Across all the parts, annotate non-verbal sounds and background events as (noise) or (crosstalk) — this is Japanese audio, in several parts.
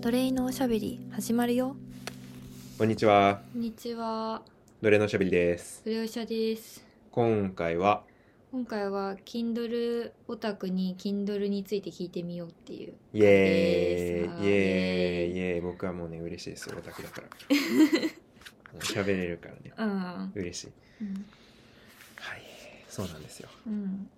奴隷のおしゃべり始まるよこんにちは、こんにちは奴隷のおしゃべりです。フレオシャです今回は、今回は Kindle オタクに Kindle について聞いてみようっていうイエーイ、イイエエーーイ、イイエーイ、僕はもうね、嬉しいですよ、オタクだ (laughs) から。もう喋れるからね、うん嬉しい。うん、はい、そうなんですよ。うん、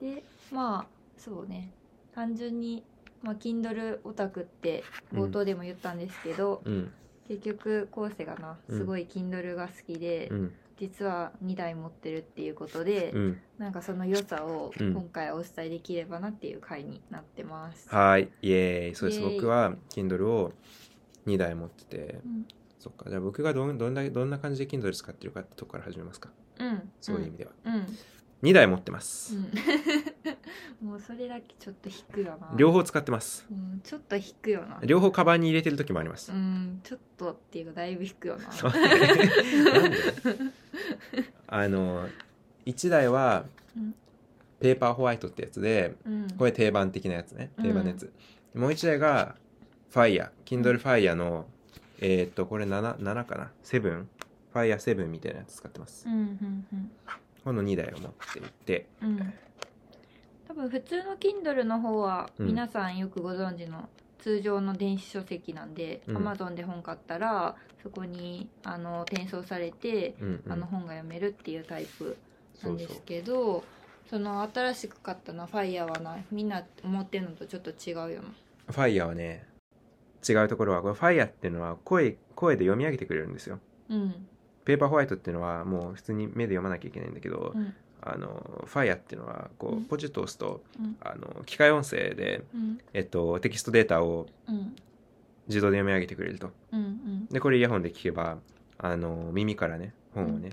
でまあそうね単純に、まあ、Kindle オタクって冒頭でも言ったんですけど、うん、結局後世がなうんすごい Kindle が好きで、うん、実は2台持ってるっていうことで、うん、なんかその良さをうん今回お伝えできればなっていう回になってます。はい、イエーイ、そうです。イエーイ僕は Kindle を2台持っててう、ん、そっか、じゃあ僕がどんどんだけどんな感じで Kindle 使ってるかってとこから始めますか。うん、そういう意味では、うん、 2台持ってます。うん、もうそれだけちょっと引くよな。両方使ってます。うん、ちょっと引くよな。両方カバンに入れてる時もありますう。ん、ちょっとっていうかだいぶ引くよな。なんでなんであの1台はうんペーパーホワイトってやつでうん、これ定番的なやつねうん定番のやつ、もう1台がファイヤー Kindle ファイヤーのえーっとこれ 7, 7かな7ファイヤー7みたいなやつ使ってます、うんうんうんこの2台を持っていてうん、多分普通の Kindle の方はうん皆さんよくご存知の通常の電子書籍なんで、うん Amazon で本買ったらそこにあの転送されて、うんうんあの本が読めるっていうタイプなそんうでそうすけどその新しく買ったのファイヤーはなみんな思ってるのとちょっと違うよなファイヤーはね違うところはこれファイヤーっていうのは声声で読み上げてくれるんですようんペーパーホワイトっていうのはもう普通に目で読まなきゃいけないんだけど、うんあの FIRE っていうのはこううんポチッと押すと、うんあの機械音声で、うんえっと、テキストデータをうん自動で読み上げてくれるとうんうんでこれイヤホンで聞けばあの耳からね本をね、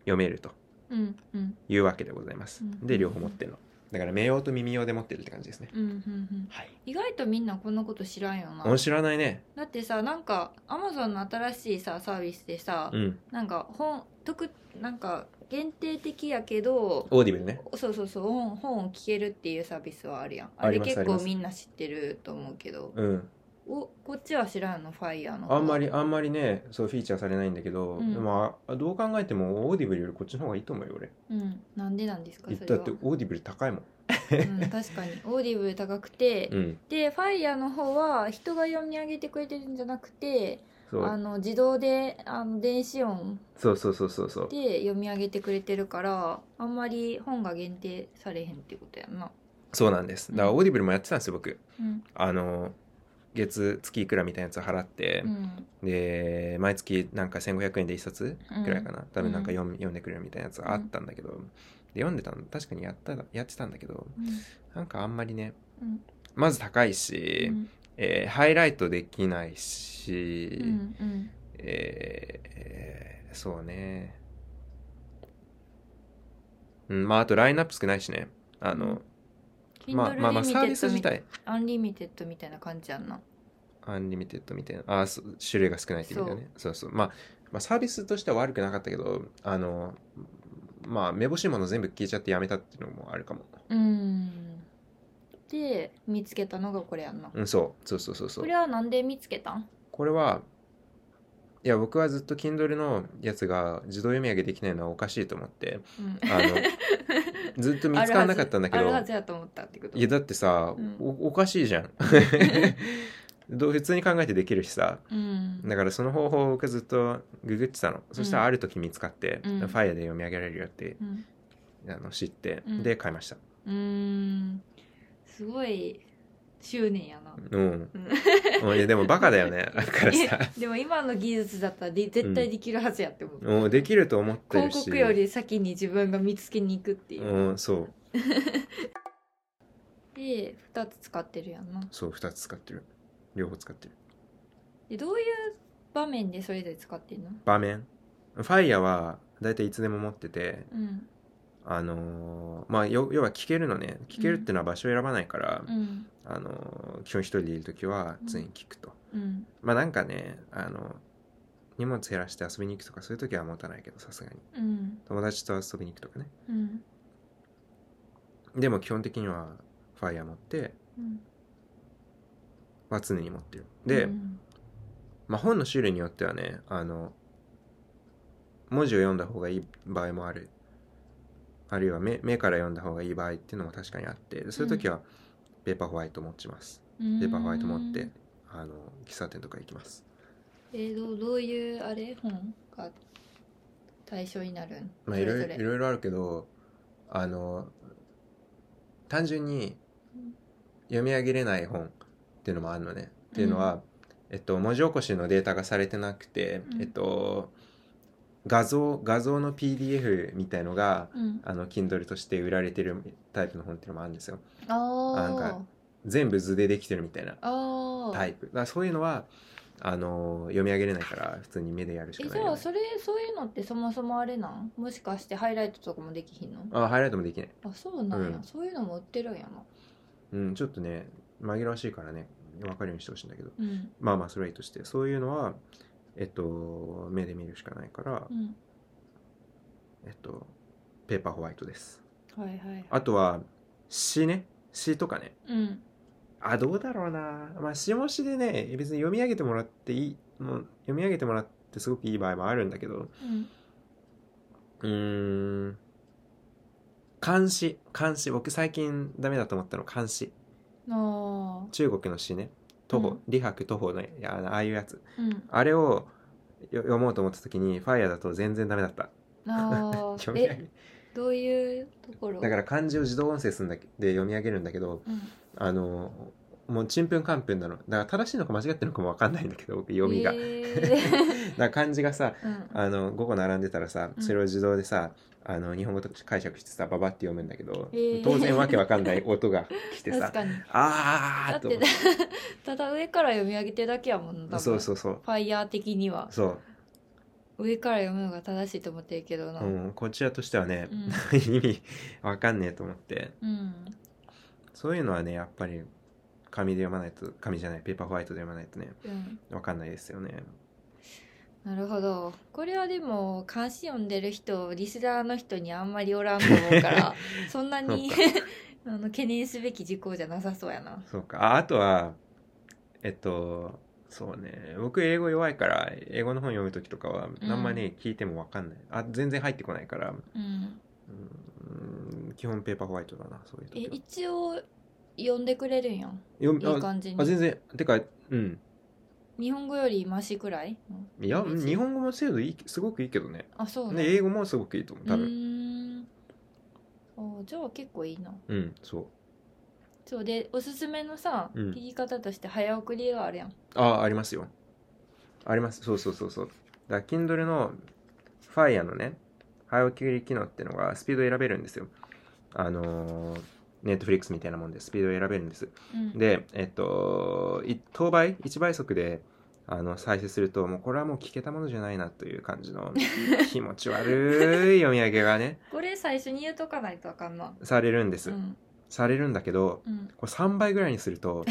読めるとうんうんいうわけでございます、うんで両方持ってるのだから目用と耳用で持ってるって感じですね、うんうんはい意外とみんなこんなこと知らんよな面白ないねだってさなんかアマゾンの新しいさサービスでさ、うんなんか本特なんか限定的やけどオーディブルねそうそうそう本本を聞けるっていうサービスはあるやんあありれます結ありま構すみんな知ってると思うけどうんおこっちは知らんのファイヤーのあんまりあんまりねそうフィーチャーされないんだけど、うんでもあどう考えてもオーディブルよりこっちの方がいいと思うよ俺うんなんでなんですかそれだっはて、オーディブル高いもんうん、確かにオーディブル高くて、うんでファイヤーの方は人が読み上げてくれてるんじゃなくてそうあの自動であの電子音そうそうそうそうそうで読み上げてくれてるからあんまり本が限定されへんってことやんな。そうなんです。だからうんオーディブルもやってたんですよ、僕。うんあの、月、月いくらみたいなやつを払ってう、んで、毎月なんか1500円で1冊くらいかな。多分なんかうん読み読んでくれるみたいなやつがあったんだけど、で、読んでたの、確かにやったら、やってたんだけど、うんなんかあんまりね、うんまず高いうし、んえーハイライトできないし、うんうんえーえーそうね。うん、まあ、あとラインナップ少ないしね。あの、まあまあまあ、サービス自体。アンリミテッドみたいな感じやんな。アンリミテッドみたいな、あ、そう種類が少ないって意味だよね。そうそうまあ、まあ、サービスとしては悪くなかったけど、あの、まあ、めぼしいもの全部消えちゃってやめたっていうのもあるかも。うんで見つけたのがこれやんな。うん、そう、そうそうそうそこうれ。はなんで見つけたんこれは、いや、僕はずっと Kindle のやつが自動読み上げできないのはおかしいと思って、うんあ (laughs) の、ずっと見つからなかったんだけあるどはずある、はずやと思ったってこといや、だってさ、うんおおかしいじゃん。 (laughs) どう普通に考えてできるしさ、うんだからその方法を僕ずっとググってたのそしたらある時見つかって、うんファイアで読み上げられるよってうんあの知って、うんで買いましたうんすごい執念やな。うん、うんいやでもバカだ (laughs) よねだからさえでも今の技術だったらで絶対できるはずやって思う、うんできると思ってるし広告より先に自分が見つけに行くっていう、うんそうで2つ使ってるやんなそう2つ使ってる両方使ってるでどういう場面でそれぞれ使ってるの場面ファイアは大体いつでも持っててうんあのーまあよ要は聞けるのね聞けるってのは場所を選ばないから、うんあのー基本一人でいる時は常に聞くと、うんまあなんかねあの荷物減らして遊びに行くとかそういう時は持たないけどさすがにうん友達と遊びに行くとかねうんでも基本的にはファイヤー持ってうんは常に持ってる。で、うんまあ、本の種類によってはねあの文字を読んだ方がいい場合もあるあるいは目目から読んだ方がいい場合っていうのも確かにあってでそういう時はペーパーホワイト持ちます、ペーパーホワイト持ってあの喫茶店とか行きます、えー、どうどういうあれ本が対象になるんまあ、いろいろいろいろあるけどあの単純にうん読み上げれない本っていうのもあるのね、っていうのは、えっと、文字起こしのデータがされてなくて、うんえっと画像画像の PDF みたいのがうん、あの Kindle として売られてるタイプの本っていうのもあるんですよなんあか全部図でできてるみたいなあああタイプだからそういうのはあの読み上げれないから普通に目でやるしえじかないゃよあね、それそういうのってそもそもあれなんもしかしてハイライトとかもできひんのあハイライトもできないあそうなんや、うんそういうのも売ってるんやなうんちょっとね紛らわしいからね分かるようにしてほしいんだけどうんまあまあそれはいいとしてそういうのはえっと目で見るしかないからう、んえっとペーパーホワイトですはいはいあとは詩ね詩とかねうんあどうだろうなまあ詩も詩でね別に読み上げてもらっていいもう読み上げてもらってすごくいい場合もあるんだけどうんうーん漢詩漢詩僕最近ダメだと思ったの漢詩あ中国の詩ね徒歩、うん李白徒歩のいやあのああいうやつーうんあれをよ読もうと思った時にファイヤーだと全然ダメだった (laughs) あー読み上えげどういうところだから漢字を自動音声するんだけで読み上げるんだけどうん、あのもうちんぷんかんぷんなのだから正しいのか間違ってるのかも分かんないんだけど僕読みが、え (laughs) ーだから漢字がさうんあの5個並んでたらさうんそれを自動でさ、あの日本語と解釈してさババって読むんだけど、えー当然わけわか (laughs) んない音が来てさ確かにあだーっと思てただ上から読み上げてるだけやもんな多分そうそうそうファイヤー的にはそう、上から読むのが正しいと思ってるけどなうん、こちらとしてはね、うん意味わかんねえと思ってうんそういうのはねやっぱり紙で読まないと紙じゃないペーパーホワイトで読まないとねうんわかんないですよねなるほどこれはでも関心読んでる人リスナーの人にあんまりおらんと思うから (laughs) そんなに (laughs) あの懸念すべき事項じゃなさそうやなそうかああとはえっとそうね僕英語弱いから英語の本読む時とかはんあんまね、聞いてもわかんないあ全然入ってこないからうんうん基本ペーパーホワイトだなそういえう時は一応読んでくれるんやん読みいいあ感じあに全然てかうん日本語よりマシくらい、うんいや別に日本語も精度いいすごくいいけどねあそうなんで英語もすごくいいと思う多う分ーんあじゃあ結構いいなうん、そうそうでおすすめのさ、うん聞き方として早送りがあるやんあありますよありますそうそうそうそうだから Kindle の Fire のね早送り機能っていうのがスピードを選べるんですよあのー Netflix みたいなもんでスピードを選べるんですうん、でえっとい当倍1倍速であの再生するともうこれはもう聞けたものじゃないなという感じの気持ち悪い読み上げがねこれ最初に言うとかないとあかんなされるんです、うんされるんだけどうんこれ3倍ぐらいにすると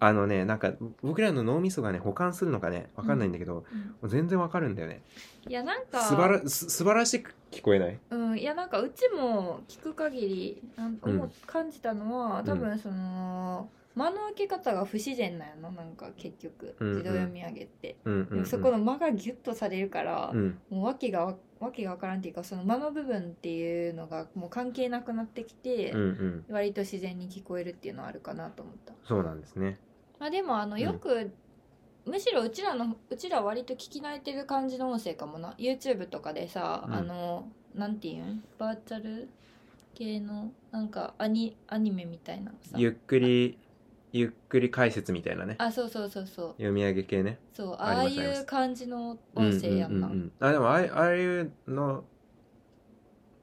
あのねなんか僕らの脳みそがね保管するのかねわかんないんだけど、うん全然わかるんだよねいやなんか素晴らす素晴らしく聞こえないうん、いやなんかうちも聞く限りなんうん思う感じたのは、ん多分その間の開け方が不自然なんやななんか結局うんうん自動読み上げって、うんうん、うん、でもそこの間がギュッとされるから、うんもう訳がわ訳が分からんっていうかその間の部分っていうのがもう関係なくなってきて、うんうん割と自然に聞こえるっていうのはあるかなと思った。そうなんですねまあ、でもあのんよく、むしろうちらのうちら割と聞き慣れてる感じの音声かもな YouTube とかでさ、うんあのなんていうんバーチャル系のなんかアニアニメみたいなのさゆっくりゆっくり解説みたいなねあそうそうそうそう読み上げ系ねそうああありますいありますう感じの音声やんなうんうんうんうんあでもああいああいうの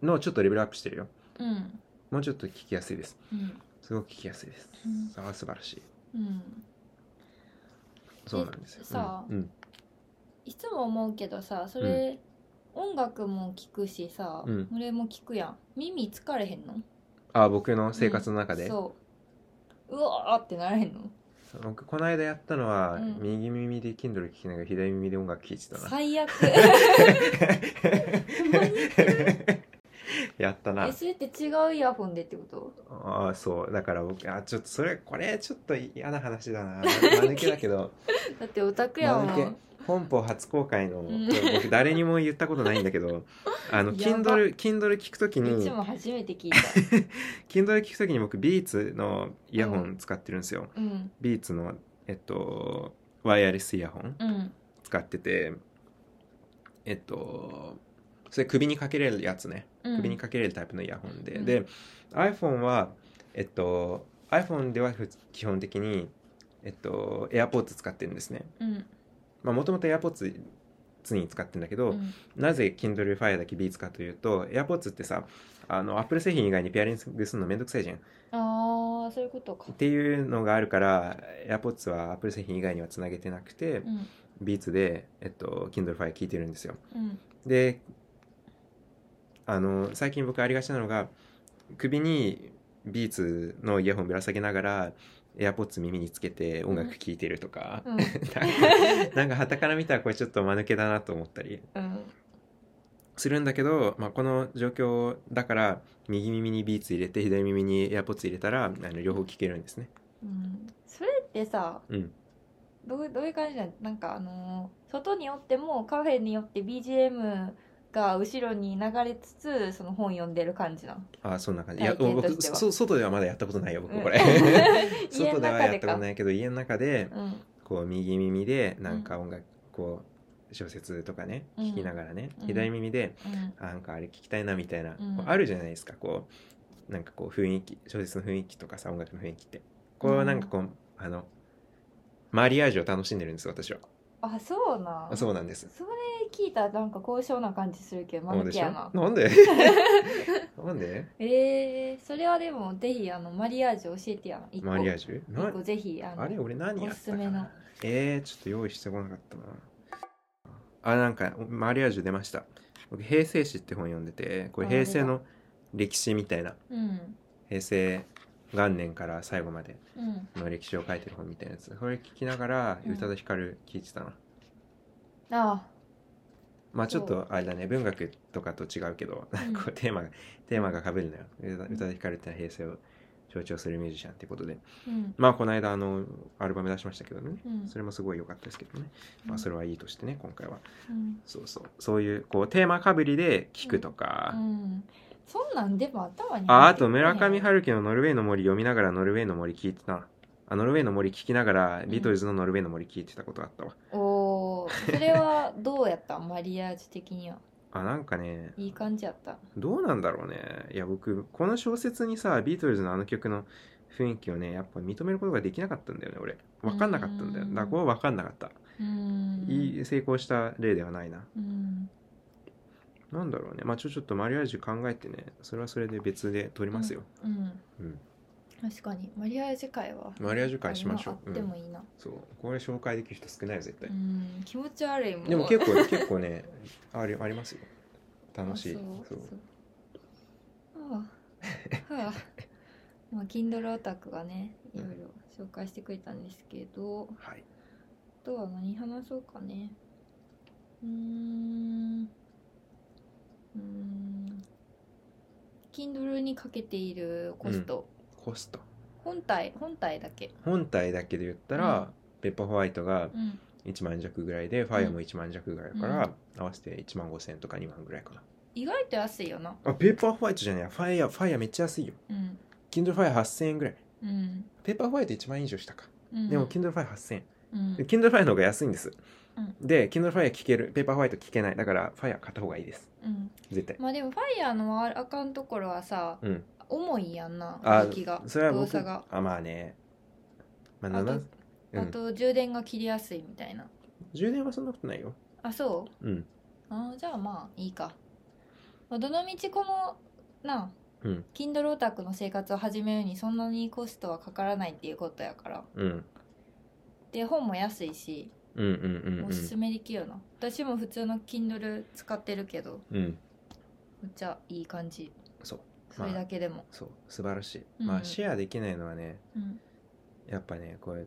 のちょっとレベルアップしてるようんもうちょっと聞きやすいですうんすごく聞きやすいです、うああ素晴らしいうんそうなんですよでさうんいつも思うけどさそれ、音楽も聞くしさ、うんこれも聞くやん耳疲れへんのあ僕の生活の中で、そううわーってならへんの僕この間やったのは、うん右耳で Kindle 聞きながら左耳で音 (laughs) 楽聴いてたな最悪い (laughs) やったなえそれって違うイヤホンでってことああそうだから僕あちょっとそれこれちょっと嫌な話だ (laughs) なまぬけだけどだってオタクやまもぬけん本邦初公開のん僕誰にも言ったことないんだけ (laughs) どあのやば Kindle, Kindle 聞くときいつにも初めて聞いた (laughs) Kindle 聞くときに僕ビーツのイヤホン使ってるんですよ、うんビーツのえっとワイヤレスイヤホンうん使っててえっとそれ首にかけれるやつねうん首にかけれるタイプのイヤホンで、うんで iPhone はえっと iPhone ではふ基本的にえっと AirPods 使ってるんですねうんまあもともと AirPods に使ってるんだけうど、んなぜ Kindle Fire だけビーツかというと AirPods ってさあの Apple 製品以外にペアリングするのめんどくさいじゃんっああそういうことかていうのがあるから AirPods は Apple 製品以外にはつなげてなくて、うんビーツで、えっと、Kindle Fire 聞いてるんですようんであの最近僕ありがちなのが首にビーツのイヤホンぶら下げながら AirPods 耳につけて音楽聴いてるとか、うん (laughs) なんかはたから見たらこれちょっと間抜けだなと思ったりうんするんだけど、まあ、この状況だから右耳にビーツ入れて左耳に AirPods 入れたらあの両方聴けるんですね。うんそれってさうん、どうどういう感じなんなんかあのー外におってもカフェによって BGM が後ろに流れつつその本読んでる感じなんああそんな感じいや体験とし僕てはそ外ではまだやったことないよ僕こ (laughs) れ。(laughs) 家の外では中やでったことかないけど家の中でうんこう右耳でなんか音楽こう小説とかねうん聞きながらね、うん左耳でうんあなんかあれ聞きたいなみたいな、うんこうあるじゃないですかこうなんかこう雰囲気小説の雰囲気とかさ音楽の雰囲気ってこううんなんかこう、あのマリアージュを楽しんでるんです私はあそうなんそうなんですそれ聞いたらなんか高尚な感じするけどマそうヌでケしょやななんでなんで (laughs) えー、それはでもぜひあのマリアージュ教えてやん一個マリアージュな一個ぜひあのあれ俺何やったおかすすめのなえー、ちょっと用意してこなかったなあなんかマリアージュ出ました僕「平成史」って本読んでてこれあ平成の歴史みたいなうん平成元年から最後までうんの歴史を書いてる本みたいなやつこれ聞きながらうん宇多田ヒカル聞いてたな、あまあちょっとあれだね文学とかと違うけど、ん (laughs) こうテーマがテーマが被るのよ宇多宇多田ヒカルってのは平成を象徴するミュージシャンってことでうんまあこの間あのアルバム出しましたけどねうんそれもすごい良かったですけどね、まあ、それはいいとしてね今回はうんそうそうそういうこうテーマかぶりで聞くとかう、んそんなんでも頭にあ入あってことへん村上春樹の「ノルウェーの森」読みながら「ノルウェーの森」聞いてたあノルウェーの森聞きながらビートルズの「ノルウェーの森」聞いてたことあったわ、おおそれはどうやったん (laughs) マリアージュ的にはあなんかねいい感じやったどうなんだろうねいや僕この小説にさビートルズのあの曲の雰囲気をねやっぱ認めることができなかったんだよね俺分かんなかったんだようだんからこれは分かんなかった、うーんいい成功した例ではないなうんなんだろうねまあちょちょっとマリアージュ考えてねそれはそれで別で撮りますよ、うんうん確かにマリアージュ会はマリアージュ会しましょうあってもいいなそうこれ紹介できる人少ないよ絶う対、ん気持ち悪いもんでも結構結構ねありありますよ楽しいあそそううそうはあはあまあ Kindle オタクがねいろいろ紹介してくれたんですけどはいあとは何話そうかねうーんうーん Kindle にかけているコスト、コスト本体本体だけ本体だけで言ったら、ペッパーホワイトがうん1万弱ぐらいで、ファイアも1万弱ぐらいだから、う合わせて1万5千とか2万ぐらいかな意外と安いよなあペッパーホワイトじゃないファイアファイアめっちゃ安いようんキンドルファイア8000円ぐらいうんペッパーホワイト1万以上したか、うんでもキンドルファイア8000円うんキンドルファイアの方が安いんです、うんでキンドルファイア聞けるペッパーホワイト聞けないだからファイア買った方がいいですうん絶対まあでもファイヤーのああかんところはさ、うん重いやんなあ動きがそれは動僕作があまあねまああと7うあんと充電が切りやすいみたいな充電はそんなことないよあそううんあーじゃあまあいいか、まあ、どのみちこのなうん Kindle オタクの生活を始めるにそんなにコストはかからないっていうことやからうんで本も安いしうんうんおすすめできるよな、私も普通の Kindle 使ってるけどうんうんめっちゃいい感じそうそれだけでも、そう素晴らしい、うんまあシェアできないのはねうんやっぱねこれ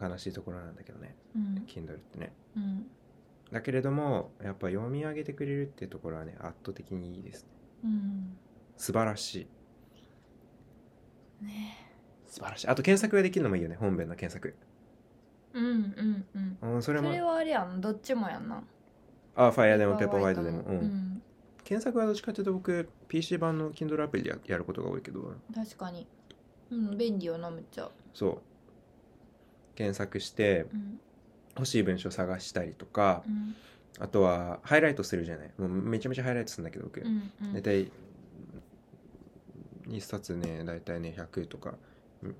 悲しいところなんだけどねうん Kindle ってねうんだけれどもやっぱ読み上げてくれるってところはね圧倒的にいいですねうん素晴らしいね素晴らしいあと検索ができるのもいいよね本文の検索うんうんうんうんそれそもれはあれやんどっちもやんなあファイアでもペーパーワイドでも、ううんん、検索はどっちかっていうと僕 PC 版の Kindle アプリでややることが多いけど確かにうん便利よなめっちゃそう検索してうん欲しい文章探したりとかうんあとはハイライトするじゃないもうめちゃめちゃハイライトするんだけど僕、うんうん大体1冊ね大体ね100とかうん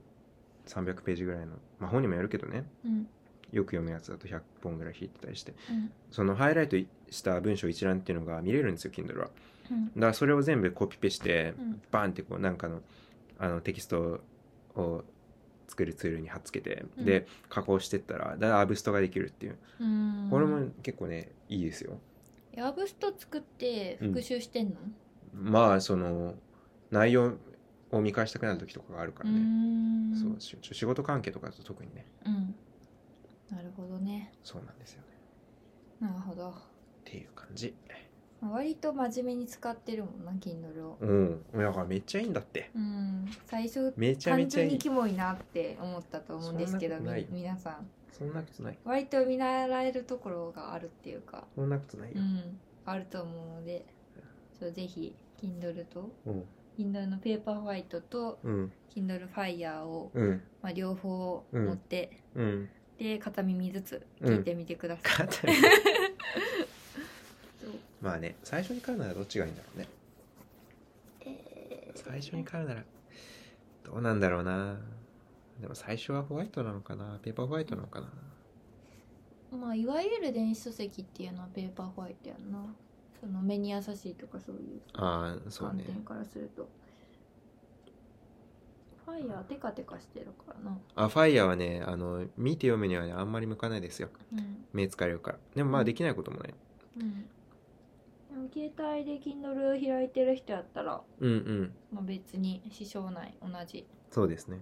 300ページぐらいの、まあ、本にもよるけどねうんよく読むやつだと100本ぐらい引いてたりしてうんそのハイライトした文章一覧っていうのが見れるんですよ Kindle はうんだからそれを全部コピペして、うんバンってこうなんかのあのテキストを作るツールに貼っつけて、うんで加工してったらだからアブストができるっていううんこれも結構ねいいですよヤブスト作って復習してんの、まあその内容を見返したくなる時とかがあるからうね、ーんそうし仕事関係とかだと特にねうんなるほどねそうなんですよなねるほどっていう感じ割と真面目に使ってるもんな Kindle をうんだからめっちゃいいんだってうん最初めちゃめ単ちゃ純いにいキモいなって思ったと思うんですけどそんなことないみ皆さんそんなことない割と見習えるところがあるっていうかそんなことないうよ、んあると思うのでちょっとぜひ Kindle とうん、 Kindle のペーパーホワイトとうん Kindle Fire を、うんまあ、両方うん持って、 (laughs) うんで片耳ずつうん聞いてみてください、肩にそうまあね最初に買うならどっちがいいんだろうねえー最初に買うならどうなんだろうなでも最初はホワイトなのかなペーパーホワイトなのかなまあいわゆる電子書籍っていうのはペーパーホワイトやんなその目に優しいとかそういうああそう観ね点からすると、ファイヤーテカテカしてるからなあファイヤーはねあの見て読むにはねあんまり向かないですようん目疲れるからでもまあできないこともないうんでも携帯で Kindle 開いてる人やったら、うんうんまあ、別に支障ない同じそうですね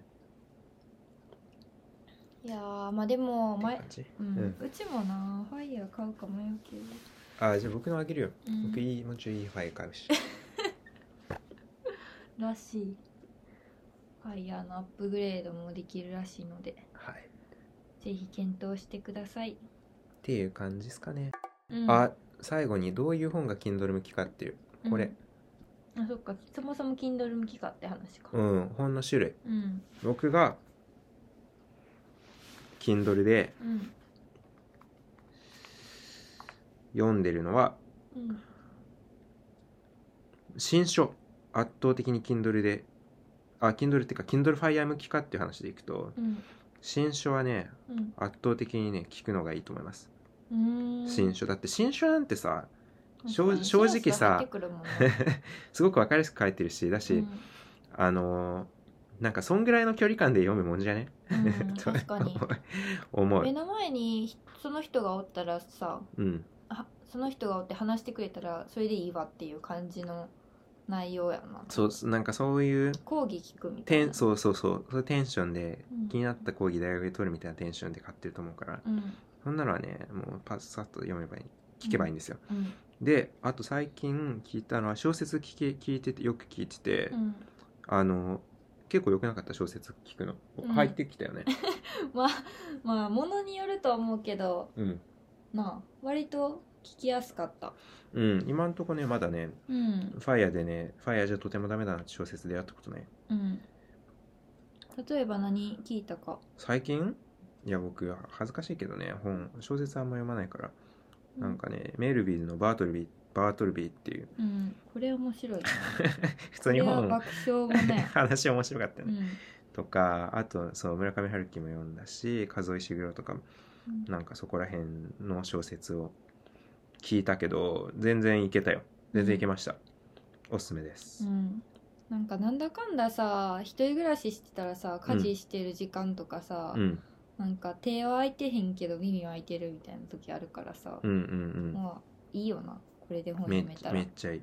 いやーまあでもって前感じうんうんうちもなファイヤー買うか迷うけど、あじゃあ僕のあげるよ、うん僕いいもうちょいいいファイヤー買うしらしいファイヤーのアップグレードもできるらしいのではいっぜひ検討してください、ていう感じですかね、うんあ最後にどういう本が Kindle 向きかっていうこれ、うんあそっかそもそも Kindle 向きかって話かうん本の種類うん僕が Kindle でうん読んでるのはうん新書圧倒的に Kindle であ Kindle っていうか Kindle Fire 向きかっていう話でいくとうん新書はねうん圧倒的にね聞くのがいいと思いますうーん新書だって新書なんてさ正確かに正直さスラスラ入ってくるもんねすごく分かりやすく書いてるしだ (laughs) し、うんあのーなんかそんぐらいの距離感で読むもんじゃね、うん確かに (laughs) 思目う、の前にひその人がおったらさうん、あその人がおって話してくれたらそれでいいわっていう感じの内容やなそうなんかそういう講義聞くみたテいンなそうそうそうそういうテンションでうん気になった講義大学で取るみたいなテンションで買ってると思うからうんそんなのはねもうパッサッと読めばいい聞けばいいんですよ、うんであと最近聞いたのは小説聞け聞いててよく聞いてて、うんあの結構良くなかった小説聞くの、うん入ってきたよねまあまあものによるとは思うけどうん、なあ割と聞きやすかったうん、今んとこねまだねうんファイヤーでねファイヤーじゃとてもダメだなって小説でやったことないうん例えば何聞いたか最近いや僕は恥ずかしいけどね本小説あんま読まないから、なんかねメルビーズのバートルビーバートルビーっていううんこれ面白い (laughs) な普こ通にれは本爆笑もね (laughs) 話面白かったうよんね、とかあとそう村上春樹も読んだし和尾石黒とかうんなんかそこら辺の小説を聞いたけど全然いけたよ全然いけました、おすすめです、うんなんかなんだかんださ一人暮らししてたらさ家事してる時間とかさ、うん、うんなんか手は空いてへんけど耳は空いてるみたいな時あるからさ、うんまあいいよなこれでうん本め読っめちゃためらっちゃいい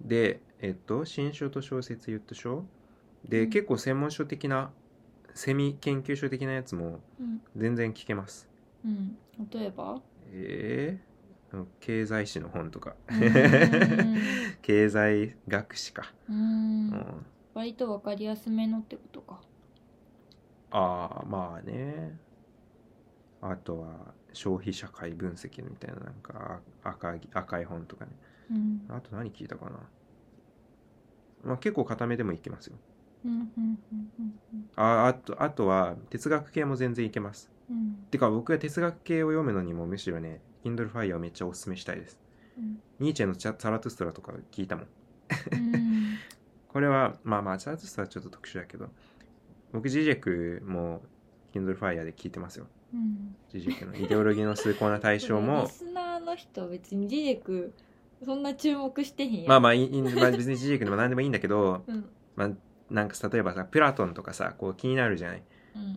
でえっと新書と小説言ったでしょで、うん結構専門書的なセミ研究書的なやつもうん、全然聞けますうん、例えばええうん経済史の本とかうんうんうん (laughs) 経済学史か、ううんん、割と分かりやすめのってことかああまあねあとは消費社会分析みたいななんかあ赤い赤い本とかねうんあと何聞いたかな、まあ、結構固めでもいけますようんうんうんうんうんああとあとは哲学系も全然いけますうんてか僕は哲学系を読むのにもむしろね Kindle Fire をめっちゃおすすめしたいですうんニーチェのチャ「ザラトゥストラ」とか聞いたもんうんこれはまあまあザラトゥストラはちょっと特殊だけど僕ジジェクも Kindle Fire で聞いてますようんジジェクのイデオロギーの崇高な対象リもスナーの人別にジジェクそんな注目してへんやんまあまあいいいいまあ別にジジェクでも何でもいいんだけど、うんうんまあ、なんか例えばさプラトンとかさこう気になるじゃない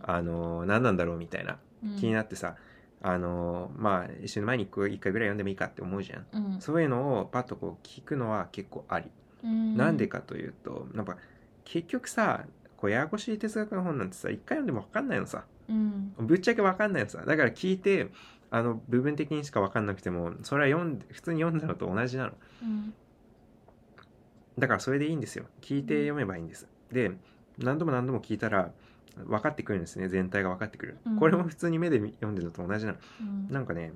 あのー何なんだろうみたいなうん気になってさ、あのーまあ一緒に毎日1回ぐらい読んでもいいかって思うじゃんうんそういうのをパッとこう聞くのは結構あり、うんなんでかというとなんか結局さこうややこしい哲学の本なんてさ一回読んでも分かんないのさうんぶっちゃけ分かんないのさだから聞いてあの部分的にしか分かんなくてもそれは読んで普通に読んだのと同じなのうんだからそれでいいんですよ聞いて読めばいいんですで何度も何度も聞いたら分かってくるんですね全体が分かってくる、うんこれも普通に目で読んでるのと同じなのうんなんかね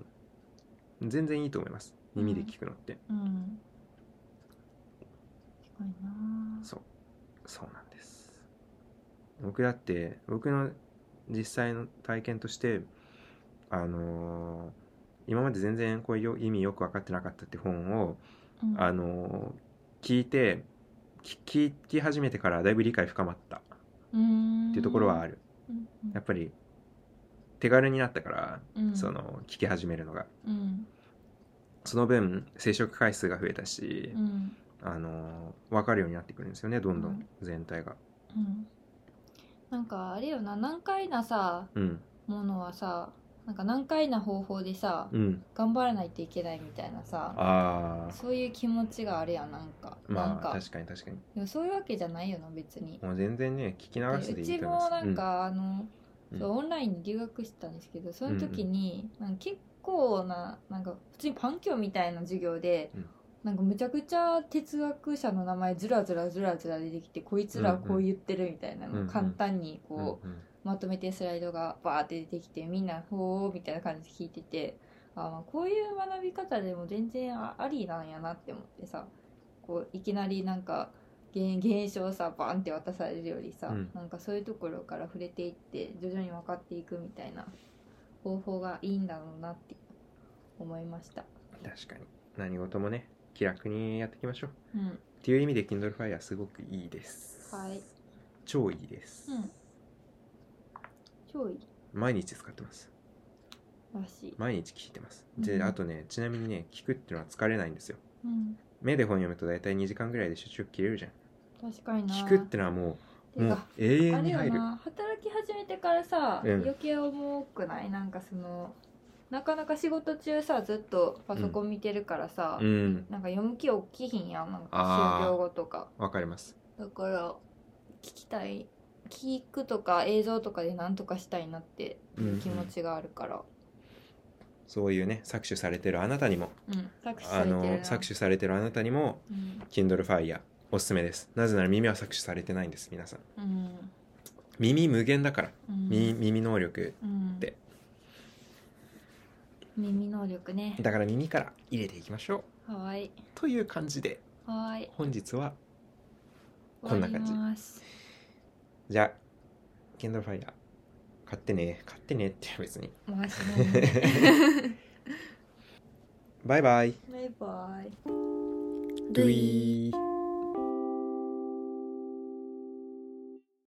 全然いいと思います耳で聞くのって、うん確かになそうそうなんです僕だって僕の実際の体験としてあのー今まで全然こういう意味よく分かってなかったって本を、うんあのー聞いてき聞き始めてからだいぶ理解深まったっうんていうところはある、うんやっぱり手軽になったから、うんその聞き始めるのがうんその分接触回数が増えたし、うんあのー分かるようになってくるんですよねどんどうんん全体がうんなんかあれよな難解なさうんものはさなんか難解な方法でさうん頑張らないといけないみたいなさああそういう気持ちがあるやんなんか、なんまあか確かに確かにでもそういうわけじゃないよな別にもう全然ね聞き流すででういいちと思いますもなんか、あのうんそうオンラインに留学してたんですけどその時に、なんか結構ななんか普通にパン教みたいな授業で、うんなんかむちゃくちゃ哲学者の名前ずらずらずらずら出てきてこいつらはこう言ってるみたいなうんうんのを簡単にこう、うんうんまとめてスライドがバーって出てきてみんな「ほー」みたいな感じで聞いててあまあこういう学び方でも全然あありなんやなって思ってさこういきなりなんか現現象をさバンって渡されるよりさ、うんなんかそういうところから触れていって徐々に分かっていくみたいな方法がいいんだろうなって思いました。確かに何事もね気楽にやっていきましょううん、っていう意味で Kindle Fire すごくいいですはい、超いいです、うん、超いい毎日使ってますらしい。毎日聞いてますで、うんあとねちなみにね聞くっていうのは疲れないんですようん、目で本読むと大体2時間ぐらいで集中切れるじゃん確かにな。聞くってのはもうてもうか永あ遠れによ入るな働き始めてからさ、うん余計重くないなんかそのなかなか仕事中さずっとパソコン見てるからさ、うんなんか読む気大きいひんやんなんかあー終業後とかわかりますだから聞きたい聞くとか映像とかで何とかしたいなっていう気持ちがあるからそういうね搾取されてるあなたにもうん、搾取されあてるのな搾取されてるあなたにも Kindle Fire おすすめですなぜなら耳は搾取されてないんです皆さんうんうん耳無限だから、うんみ耳能力うんて耳能力ねだから耳から入れていきましょうはーいという感じではーい本日はこ終んわなり感じますじゃあ Kindle Fire 買ってね買ってねって別に回しないねバイバイバイバイドゥイー